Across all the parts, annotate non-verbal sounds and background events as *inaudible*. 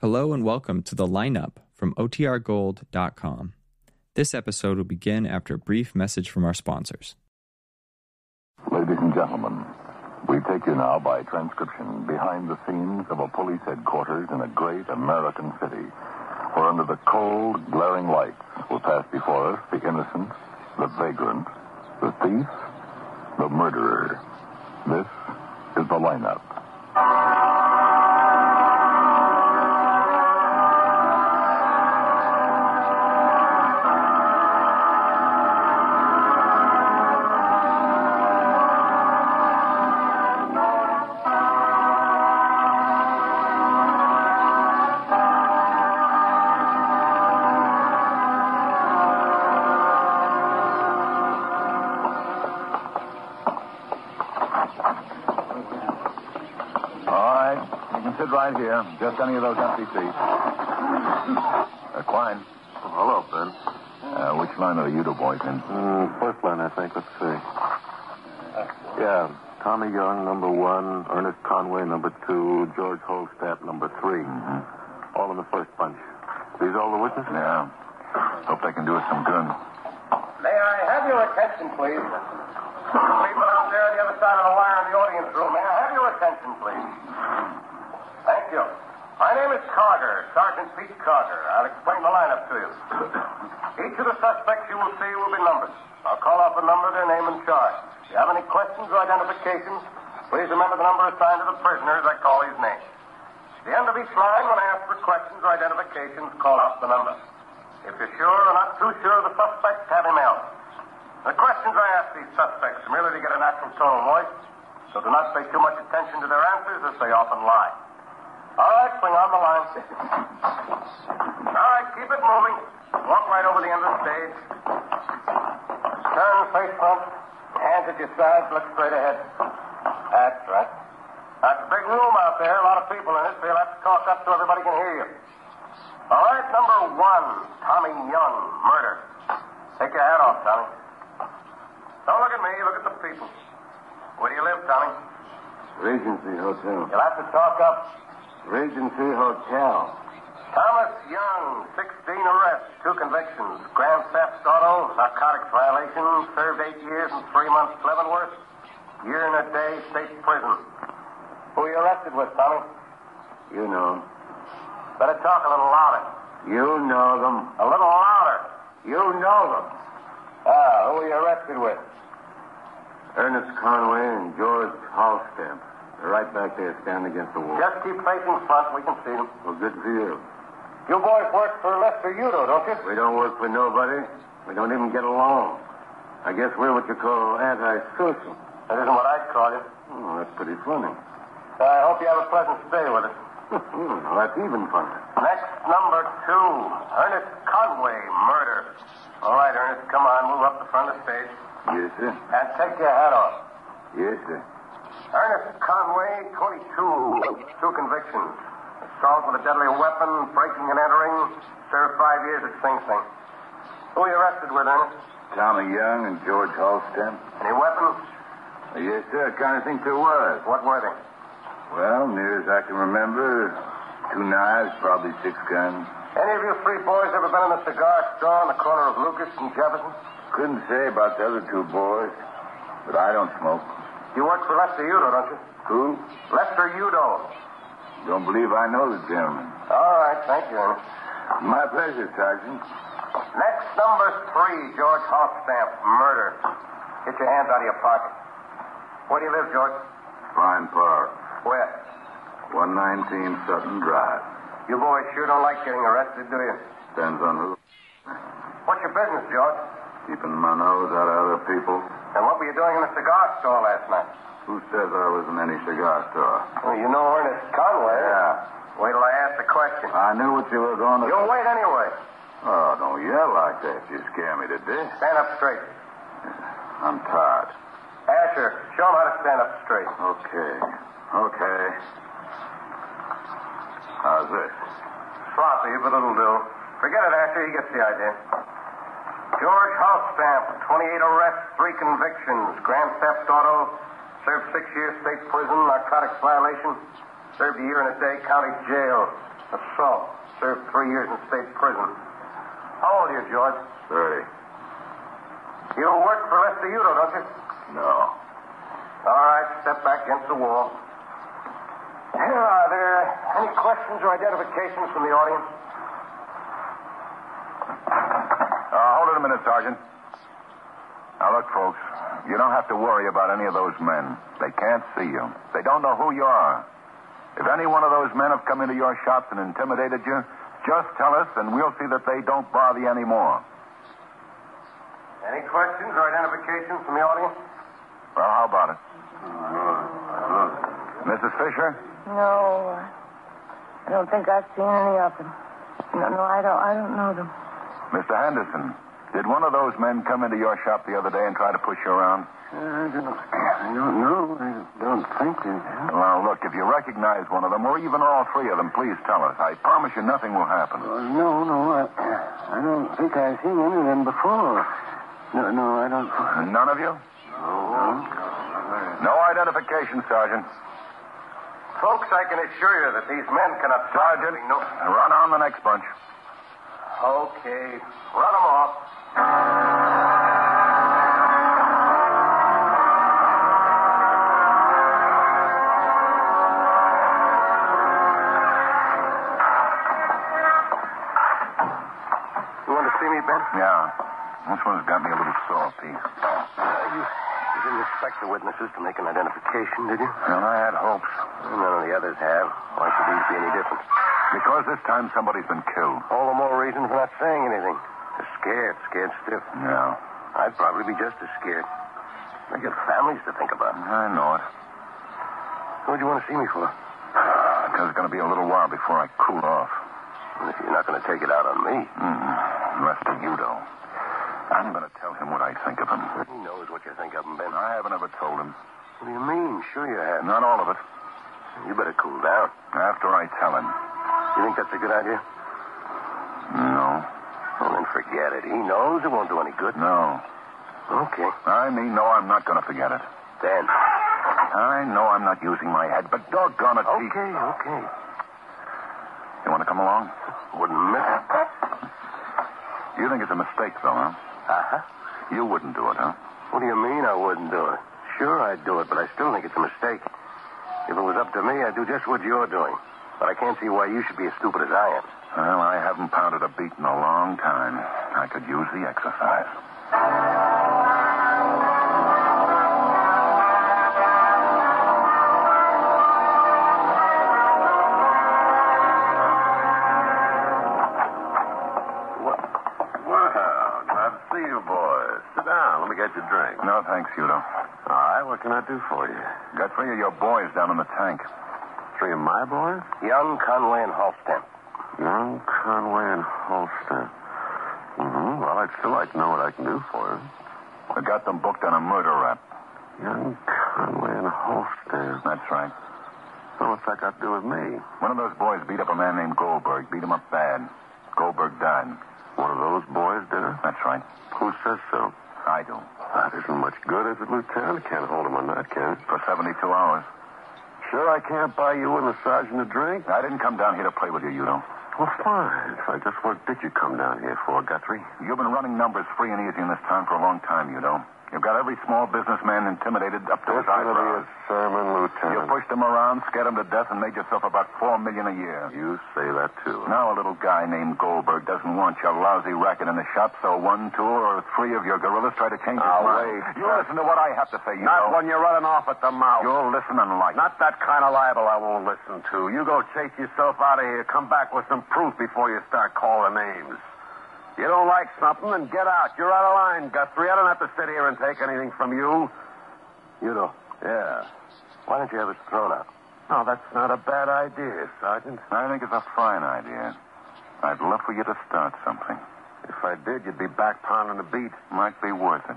Hello and welcome to the lineup from OTRGold.com. This episode will begin after a brief message from our sponsors. Ladies and gentlemen, we take you now by transcription behind the scenes of a police headquarters in a great American city, where under the cold, glaring lights will pass before us the innocent, the vagrant, the thief, the murderer. This is the lineup. All right. You can sit right here. Just any of those empty seats. *laughs* Uh, Quine. Oh, hello, Ben. Uh, which line are you two boys in? Hmm, first line, I think. Let's see. Yeah, Tommy Young, number one. Ernest Conway, number two. George Holstaff, number 3 All in the first bunch. These all the witnesses? Mm-hmm. Yeah. Hope they can do us some good. May I have your attention, please? People out there on the other side of the wire in the audience room, may I have your attention, please? Thank you. My name is Carter, Sergeant Pete Carter. I'll explain the lineup to you. Each of the suspects you will see will be numbered. I'll call off a number, their name, and charge. If you have any questions or identifications, please remember the number assigned to the prisoner as I call his name. At the end of each line, when I ask for questions or identifications, call out the number. If you're sure or not too sure of the suspect, have him out. The questions I ask these suspects are merely to get a natural tone of voice, so do not pay too much attention to their answers, as they often lie. All right, swing on the line. All right, keep it moving. Walk right over the end of the stage. Turn face front, hands at your sides, look straight ahead. That's right. That's a big room out there, a lot of people in it, so you'll have to talk up so everybody can hear you. All right, number one, Tommy Young, murder. Take your hat off, Tommy. Don't look at me, look at the people. Where do you live, Tommy? Regency Hotel. You'll have to talk up. Regency Hotel. Thomas Young, 16 arrests, two convictions. Grand theft auto, narcotics violation, served eight years and three months Leavenworth, year and a day state prison. Who you arrested with, Tommy? You know. Better talk a little louder. You know them. A little louder. You know them. Ah, who were you arrested with? Ernest Conway and George Holstaff. They're right back there standing against the wall. Just keep facing front. We can see them. Well, good for you. You boys work for Lester Udo, don't you? We don't work for nobody. We don't even get along. I guess we're what you call antisocial. That isn't what I'd call you. Oh, that's pretty funny. I hope you have a pleasant stay with us. *laughs* well, that's even funnier. Next, number two, Ernest Conway, murder. All right, Ernest, come on, move up the front of the stage Yes, sir. and take your hat off. Yes, sir. Ernest Conway, 22. Two convictions. Assault with a deadly weapon, breaking and entering. Served five years at Sing Sing. Who you arrested with, Ernest? Tommy Young and George Halston. Any weapons? Yes, sir. Kind of think there was. What were they? Well, near as I can remember, two knives, probably six guns. Any of you three boys ever been in a cigar store on the corner of Lucas and Jefferson? Couldn't say about the other two boys, but I don't smoke. You work for Lester Udo, don't you? Who? Lester Udo. Don't believe I know the gentleman. All right, thank you. Ernest. My pleasure, Sergeant. Next, number three, George Hofstamp, murder. Get your hands out of your pocket. Where do you live, George? Fine Park, Where? 119 Sutton Drive. You boys sure don't like getting arrested, do you? Depends on who. What's your business, George? Keeping my nose out of other people. And what were you doing in the cigar store last night? Who says I was in any cigar store? Well, you know Ernest Conway. Yeah. Wait till I ask the question. I knew what you were going to. You'll wait anyway. Oh, don't yell like that. You scare me to death. Stand up straight. I'm tired. Asher, show him how to stand up straight. Okay. Okay. How's this? Sloppy, but it'll do. Forget it, Asher. He gets the idea. George Housestamp, 28 arrests, three convictions. Grand theft auto, served six years state prison, narcotics violation, served a year in a day county jail, assault. served three years in state prison. How old are you, George? 30. You work for Lester Udo, don't you? No. All right, step back against the wall. Here, are there any questions or identifications from the audience? Uh, hold it a minute, Sergeant. Now, look, folks, you don't have to worry about any of those men. They can't see you, they don't know who you are. If any one of those men have come into your shops and intimidated you, just tell us, and we'll see that they don't bother you anymore. Any questions or identifications from the audience? Well, how about it? Look, Mrs. Fisher? No, I don't think I've seen any of them. No, no, I don't. I don't know them. Mr. Henderson, did one of those men come into your shop the other day and try to push you around? I don't, I don't know. I don't think they have. Well, look, if you recognize one of them, or even all three of them, please tell us. I promise you nothing will happen. Uh, No, no, I, I don't think I've seen any of them before. No, no, I don't. None of you? No identification, Sergeant. Folks, I can assure you that these men cannot. Sergeant, No. run on the next bunch. Okay, run them off. You want to see me, Ben? Yeah. This one's got me a little salty. Uh, you, you didn't expect the witnesses to make an identification, did you? And I had hopes. None of the others have. Why should these be any different? Because this time somebody's been killed. All the more reason for not saying anything. They're scared, scared stiff. Yeah. I'd probably be just as scared. They got families to think about. I know it. What do you want to see me *sighs* for? Because it's going to be a little while before I cool off. If you're not going to take it out on me, Mm. Lester Udo. I'm going to tell him what I think of him. he knows what you think of him, Ben. I haven't ever told him. What do you mean? Sure you have. Not all of it. You better cool down. After I tell him. You think that's a good idea? No. Well, then forget it. He knows it won't do any good. No. Okay. I mean, no, I'm not going to forget it. Ben. I know I'm not using my head, but doggone it, Pete. Okay, okay. You want to come along? Wouldn't miss it. You think it's a mistake, though, huh? Uh-huh. You wouldn't do it, huh? What do you mean I wouldn't do it? Sure, I'd do it, but I still think it's a mistake. If it was up to me, I'd do just what you're doing. But I can't see why you should be as stupid as I am. Well, I haven't pounded a beat in a long time. I could use the exercise. Wow, glad to see you, boys. Sit down. Let me get you a drink. No, thanks, Udo. All right, what can I do for you? Got three of your boys down in the tank. Three of my boys? Young, Conway, and Halston. Young, Conway, and Holston. Mm-hmm. Well, I'd still like to know what I can do for you. We got them booked on a murder rap. Young Conway and Holston. That's right. Well, what's that got to do with me? One of those boys beat up a man named Goldberg, beat him up bad. Goldberg died. One of those boys did it? That's right. Who says so? I do. That isn't much good, is it, Lieutenant? Can't hold him on that, can it? For 72 hours. Sure, I can't buy you and the sergeant a drink. I didn't come down here to play with you, Udo. Well, fine. So just what did you come down here for, Guthrie? You've been running numbers free and easy in this town for a long time, you know. You've got every small businessman intimidated up to his eyebrows. sermon, Lieutenant. You pushed them around, scared them to death, and made yourself about four million a year. You say that, too. Now a little guy named Goldberg doesn't want your lousy racket in the shop, so one, two, or three of your gorillas try to change his Now, mind. wait. You listen to what I have to say, you know. Not when you're running off at the mouth. You'll listen and like. Not that kind of libel I won't listen to. You go chase yourself out of here. Come back with some proof before you start calling names. You don't like something, then get out. You're out of line, Guthrie. I don't have to sit here and take anything from you. You know. Yeah. Why don't you have us thrown out? No, that's not a bad idea, Sergeant. I think it's a fine idea. I'd love for you to start something. If I did, you'd be back pounding the beat. Might be worth it.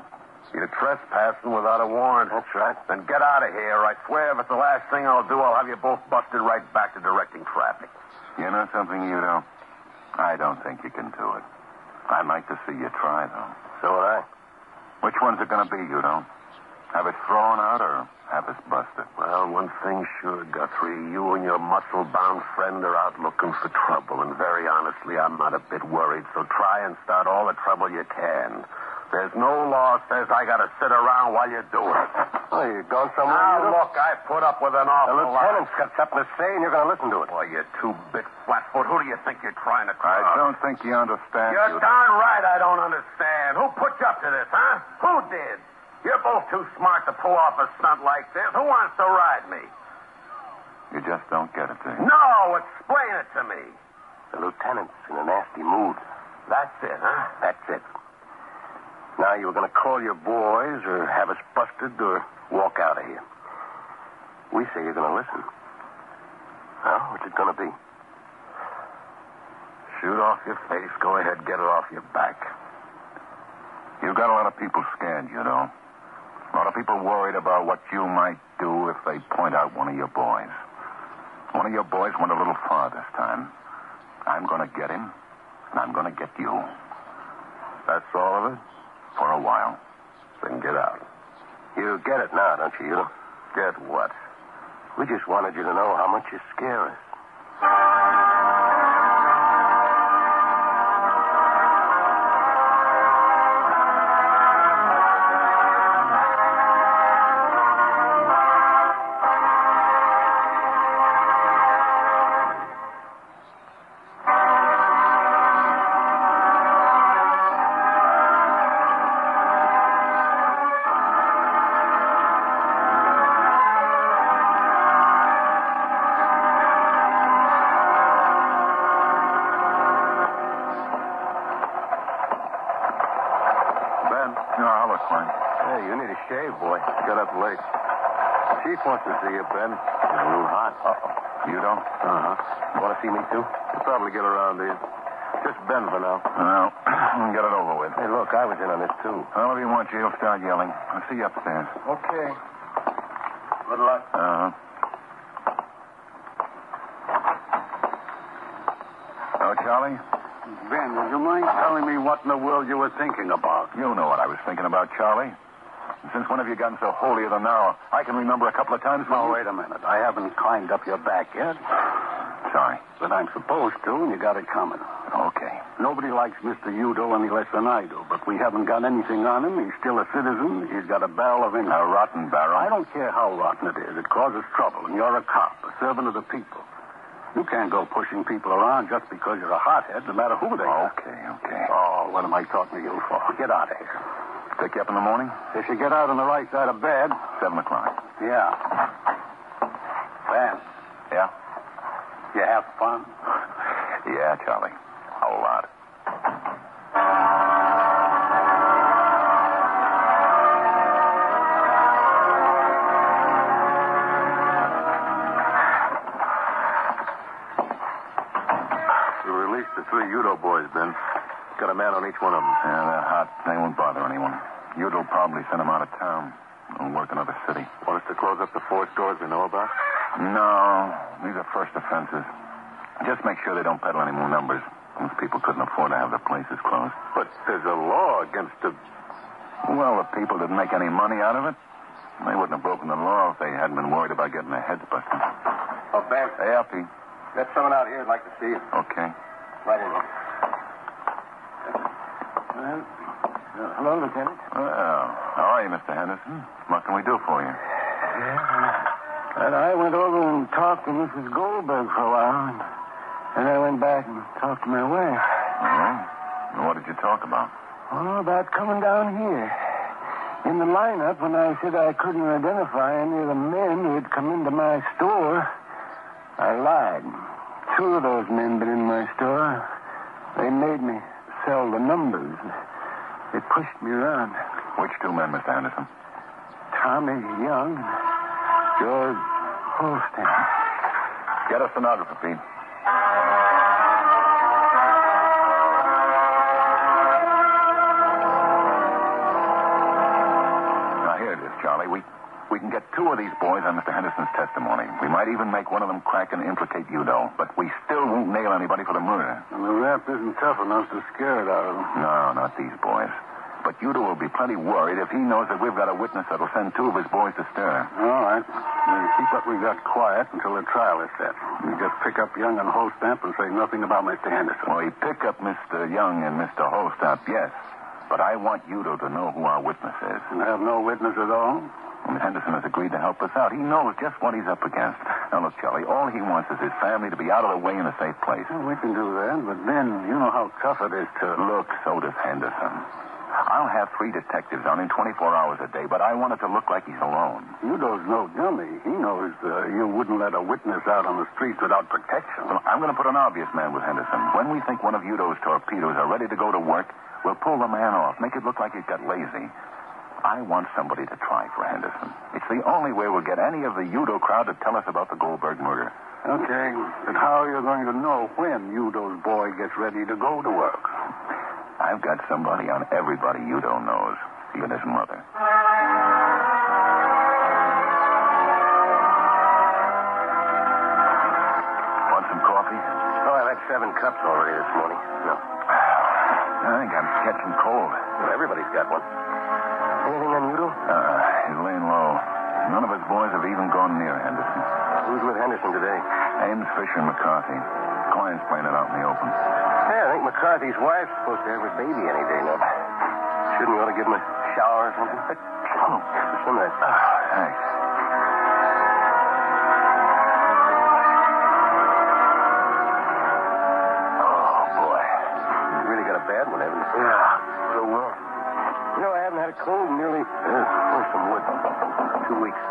You're trespassing without a warrant. That's right. Then get out of here. I swear if it's the last thing I'll do, I'll have you both busted right back to directing traffic. You know something, Udo? I don't think you can do it. I'd like to see you try, though. So would I. Which one's it going to be, Udo? Have it thrown out or have us busted? Well, one thing's sure, Guthrie. You and your muscle bound friend are out looking for trouble, and very honestly, I'm not a bit worried, so try and start all the trouble you can. There's no law says I gotta sit around while you do it. Oh, you're going somewhere. Now, look, I put up with an awful the lot. lieutenant's got something to say, and you're going to listen to it. Boy, you two-bit flatfoot. Who do you think you're trying to I cross? don't think you understand. You're you. darn right I don't understand. Who put you up to this, huh? Who did? You're both too smart to pull off a stunt like this. Who wants to ride me? You just don't get it, eh? do you? No, explain it to me. The lieutenant's in a nasty mood. That's it, huh? That's it. Now, you were going to call your boys or have us busted or walk out of here. We say you're going to listen. Well, what's it going to be? Uh, Shoot off your face. Go ahead, get it off your back. You've got a lot of people scared, you know. A lot of people worried about what you might do if they point out one of your boys. One of your boys went a little far this time. I'm going to get him, and I'm going to get you. That's all of it? For a while. Then get out. You get it now, don't you, you? Get what? We just wanted you to know how much you scare us. Ben, no, I'll look fine. Hey, you need a shave, boy. Got up late. Chief wants to see you, Ben. You're a little hot. Uh-oh. You don't? Uh-huh. Want to see me, too? You'll probably get around here. Just Ben for now. Well, *clears throat* get it over with. Hey, look, I was in on this, too. Well, if you want you, he'll start yelling. I'll see you upstairs. Okay. Good luck. Uh-huh. Oh, Charlie? Ben, would you mind telling me what in the world you were thinking about? You know what I was thinking about, Charlie. And since when have you gotten so holier than thou? I can remember a couple of times. when Now, you- wait a minute. I haven't climbed up your back yet, Sorry. but I'm supposed to, and you got it coming. Okay. Nobody likes Mr. Udo any less than I do, but we haven't got anything on him. He's still a citizen. He's got a barrel of income. A rotten barrel. I don't care how rotten it is. It causes trouble, and you're a cop, a servant of the people. You can't go pushing people around just because you're a hothead, no matter who they are. Okay, okay. Oh, what am I talking to you for? Get out of here. Pick you up in the morning? If you get out on the right side of bed, Seven o'clock. yeah. Ben, Yeah? you have *laughs* fun? Yeah, Charlie. A lot. We released the three Udo boys, Ben. Got a man on each one of them. Yeah, they're hot. They won't bother anyone. Udo probably sent them out of town. They'll work another city. Want us to close up the four stores we know about? No, these are first offenses. Just make sure they don't peddle any more numbers. Those people couldn't afford to have their places closed. But there's a law against a... Well, the people didn't make any money out of it. They wouldn't have broken the law if they hadn't been worried about getting their heads busted. Oh, Ben, Hey, Alfie. got someone out here. I'd like to see you. Okay. Right in here. hello, Lieutenant. Well, how are you, Mr. Henderson? What can we do for you? And I went over and talked to Mrs. Goldberg for a while, and, and I went back and talked to my wife. Oh? What did you talk about? Oh, about coming down here. In the lineup, when I said I couldn't identify any of the men who had come into my store, I lied. Two of those men been in my store. They made me sell the numbers. They pushed me around. Which two men, Mr. Henderson? Tommy Young, George Holstein. Get a stenographer, Pete. Now, here it is, Charlie. We, we can get two of these boys on Mr. Henderson's testimony. We might even make one of them crack and implicate Udo, but we still won't nail anybody for the murder. And the rap isn't tough enough to scare it out of them. No, not these boys. But Udo will be plenty worried if he knows that we've got a witness that'll send two of his boys to stir. All right. Then keep what we got quiet until the trial is set. You just pick up Young and Holstamp and say nothing about Mr. Henderson. Well, we pick up Mr. Young and Mr. Holstamp, yes. But I want Udo to know who our witness is. And have no witness at all? And Henderson has agreed to help us out. He knows just what he's up against. Now, look, Charlie, all he wants is his family to be out of the way in a safe place. Well, we can do that, but then you know how tough it is to. Look, so does Henderson. I'll have three detectives on him 24 hours a day, but I want it to look like he's alone. Udo's no dummy. He knows uh, you wouldn't let a witness out on the streets without protection. Well, I'm going to put an obvious man with Henderson. When we think one of Udo's torpedoes are ready to go to work, we'll pull the man off, make it look like he's got lazy. I want somebody to try for Henderson. It's the only way we'll get any of the Udo crowd to tell us about the Goldberg murder. Okay, but how are you going to know when Udo's boy gets ready to go to work? I've got somebody on everybody Udo knows, even his mother. Want some coffee? Oh, I've had seven cups already this morning. No. I think I'm catching cold. Well, everybody's got one. Anything unusual? Uh, he's laying low. None of his boys have even gone near Henderson. Who's with Henderson today? Ames, Fisher, and McCarthy. Klein's playing it out in the open. Yeah, I think McCarthy's wife's supposed to have her baby any day now. Shouldn't we ought to give him a shower or something? Oh, just a minute. Thanks. Oh, boy. You really got a bad one, haven't you? Yeah, so well. You know, I haven't had a cold in nearly... Yeah, or some wood. Two weeks.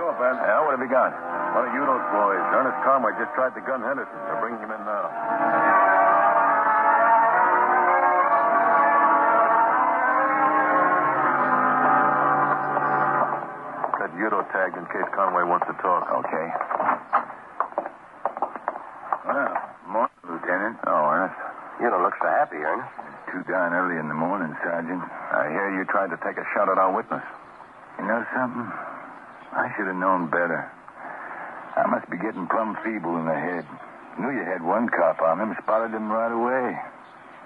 Go, Ben. Yeah, what have you got? One of Udo's boys, Ernest Conway, just tried to gun Henderson. They're bringing him in now. That Udo tagged in case Conway wants to talk. Okay. Well, morning, Lieutenant. Oh, Ernest. Udo looks so happy, Ernest. Two down early in the morning, Sergeant. I hear you tried to take a shot at our witness. You know something? I should have known better. I must be getting plumb feeble in the head. Knew you had one cop on him, spotted him right away.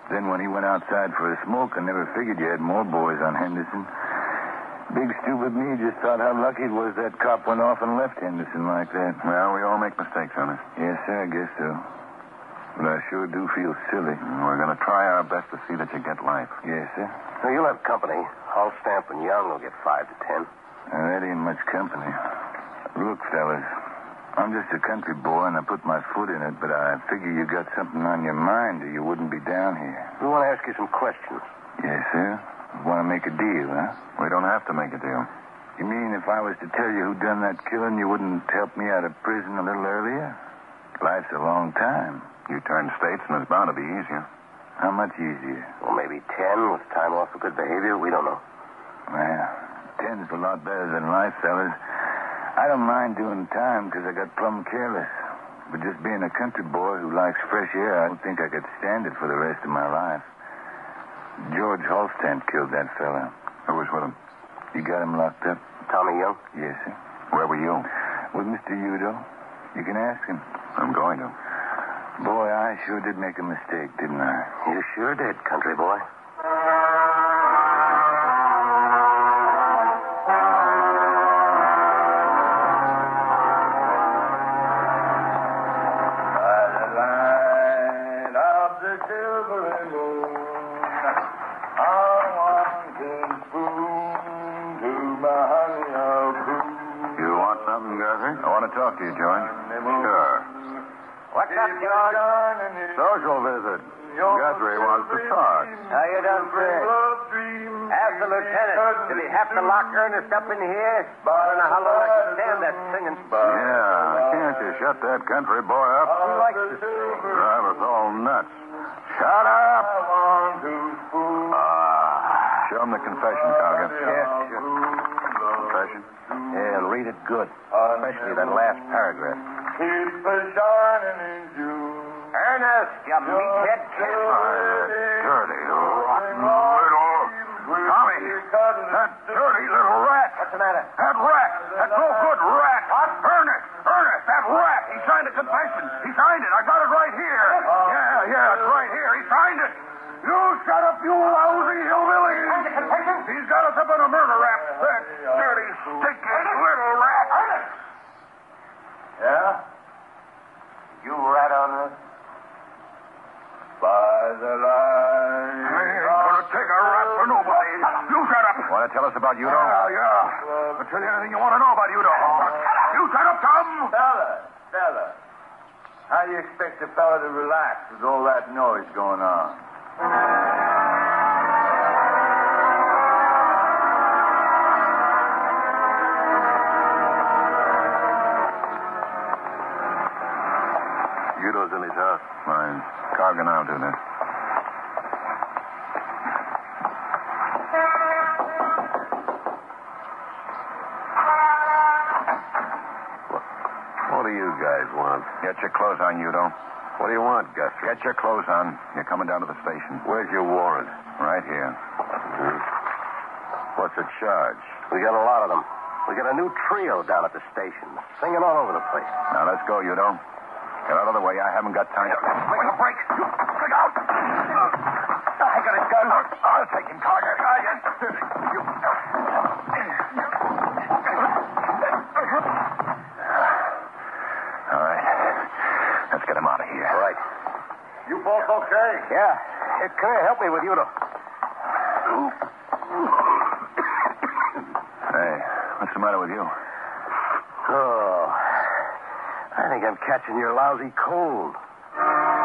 Then when he went outside for a smoke, I never figured you had more boys on Henderson. Big stupid me just thought how lucky it was that cop went off and left Henderson like that. Well, we all make mistakes, Ernest. Yes, sir, I guess so. But I sure do feel silly. We're going to try our best to see that you get life. Yes, sir. So you'll have company. Holstamp and Young will get five to ten. Now, Uh, that ain't much company. Look, fellas, I'm just a country boy and I put my foot in it, but I figure you got something on your mind or you wouldn't be down here. We want to ask you some questions. Yes, sir. Want to make a deal, huh? We don't have to make a deal. You mean if I was to tell you who done that killing, you wouldn't help me out of prison a little earlier? Life's a long time. You turn states and it's bound to be easier. How much easier? Well, maybe ten with time off for good behavior. We don't know. Well, ten's a lot better than life, fellas. I don't mind doing time because I got plumb careless. But just being a country boy who likes fresh air, I don't think I could stand it for the rest of my life. George Holstamp killed that fella. Who was with him? You got him locked up? Tommy Young? Yes, sir. Where were you? With Mr. Udo. You can ask him. I'm going to. Boy, I sure did make a mistake, didn't I? You sure did, country boy. By the light of the silvery moon, I want this spoon to my honey I'll prove. You want something, Gertrude? I want to talk to you, George. Sure. What's up, George? Social visit. Guthrie wants to talk. How you done, Fred? Ask the lieutenant. Did he have to lock Ernest up in here? I don't know how long I can stand that singing. Yeah, can't you shut that country boy up? He likes to sing. Drive us all nuts. Shut up! Uh, Ah, show him the confession, Coggins. Yes, sure. Confession? Yeah, read it good. Especially that last paragraph. Ernest, you meathead kid. dirty, rotten little... Tommy! That dirty little rat! What's the matter? That rat! That no good rat! What? Ernest! Ernest! That rat! He Oh. signed a confession! He signed it! I got it right here! Yeah, yeah, it's right here! He signed it! You shut up, you lousy hillbilly! End the contention? He's got us up on a murder rap. That dirty, stinking little rat. Ernest! Yeah? You rat on us? By the line. I ain't gonna take a rap for nobody. You shut up. Want to tell us about Udo? Yeah, yeah. I'll tell you anything you want to know about Udo. You shut up, Tom. Uh-huh. Fella, fella. How do you expect a fella to relax with all that noise going on? Udo's in his house. Fine. Cargan, I'll do that. What do you guys want? Get your clothes on, Udo. What do you want, Gus? Get your clothes on. You're coming down to the station. Where's your warrant? Mm-hmm. Right here. What's the charge? We got a lot of them. We got a new trio down at the station, singing all over the place. Now, let's go, Udo. Get out of the way. I haven't got time. Make a break. Look out. Uh, I got a gun. I'll take him, Carter. All right. Let's get him out of here. All right. You both okay? Yeah. Hey, come here. Help me with Udo. *coughs* Hey, what's the matter with you? Oh. I think I'm catching your lousy cold. Udo,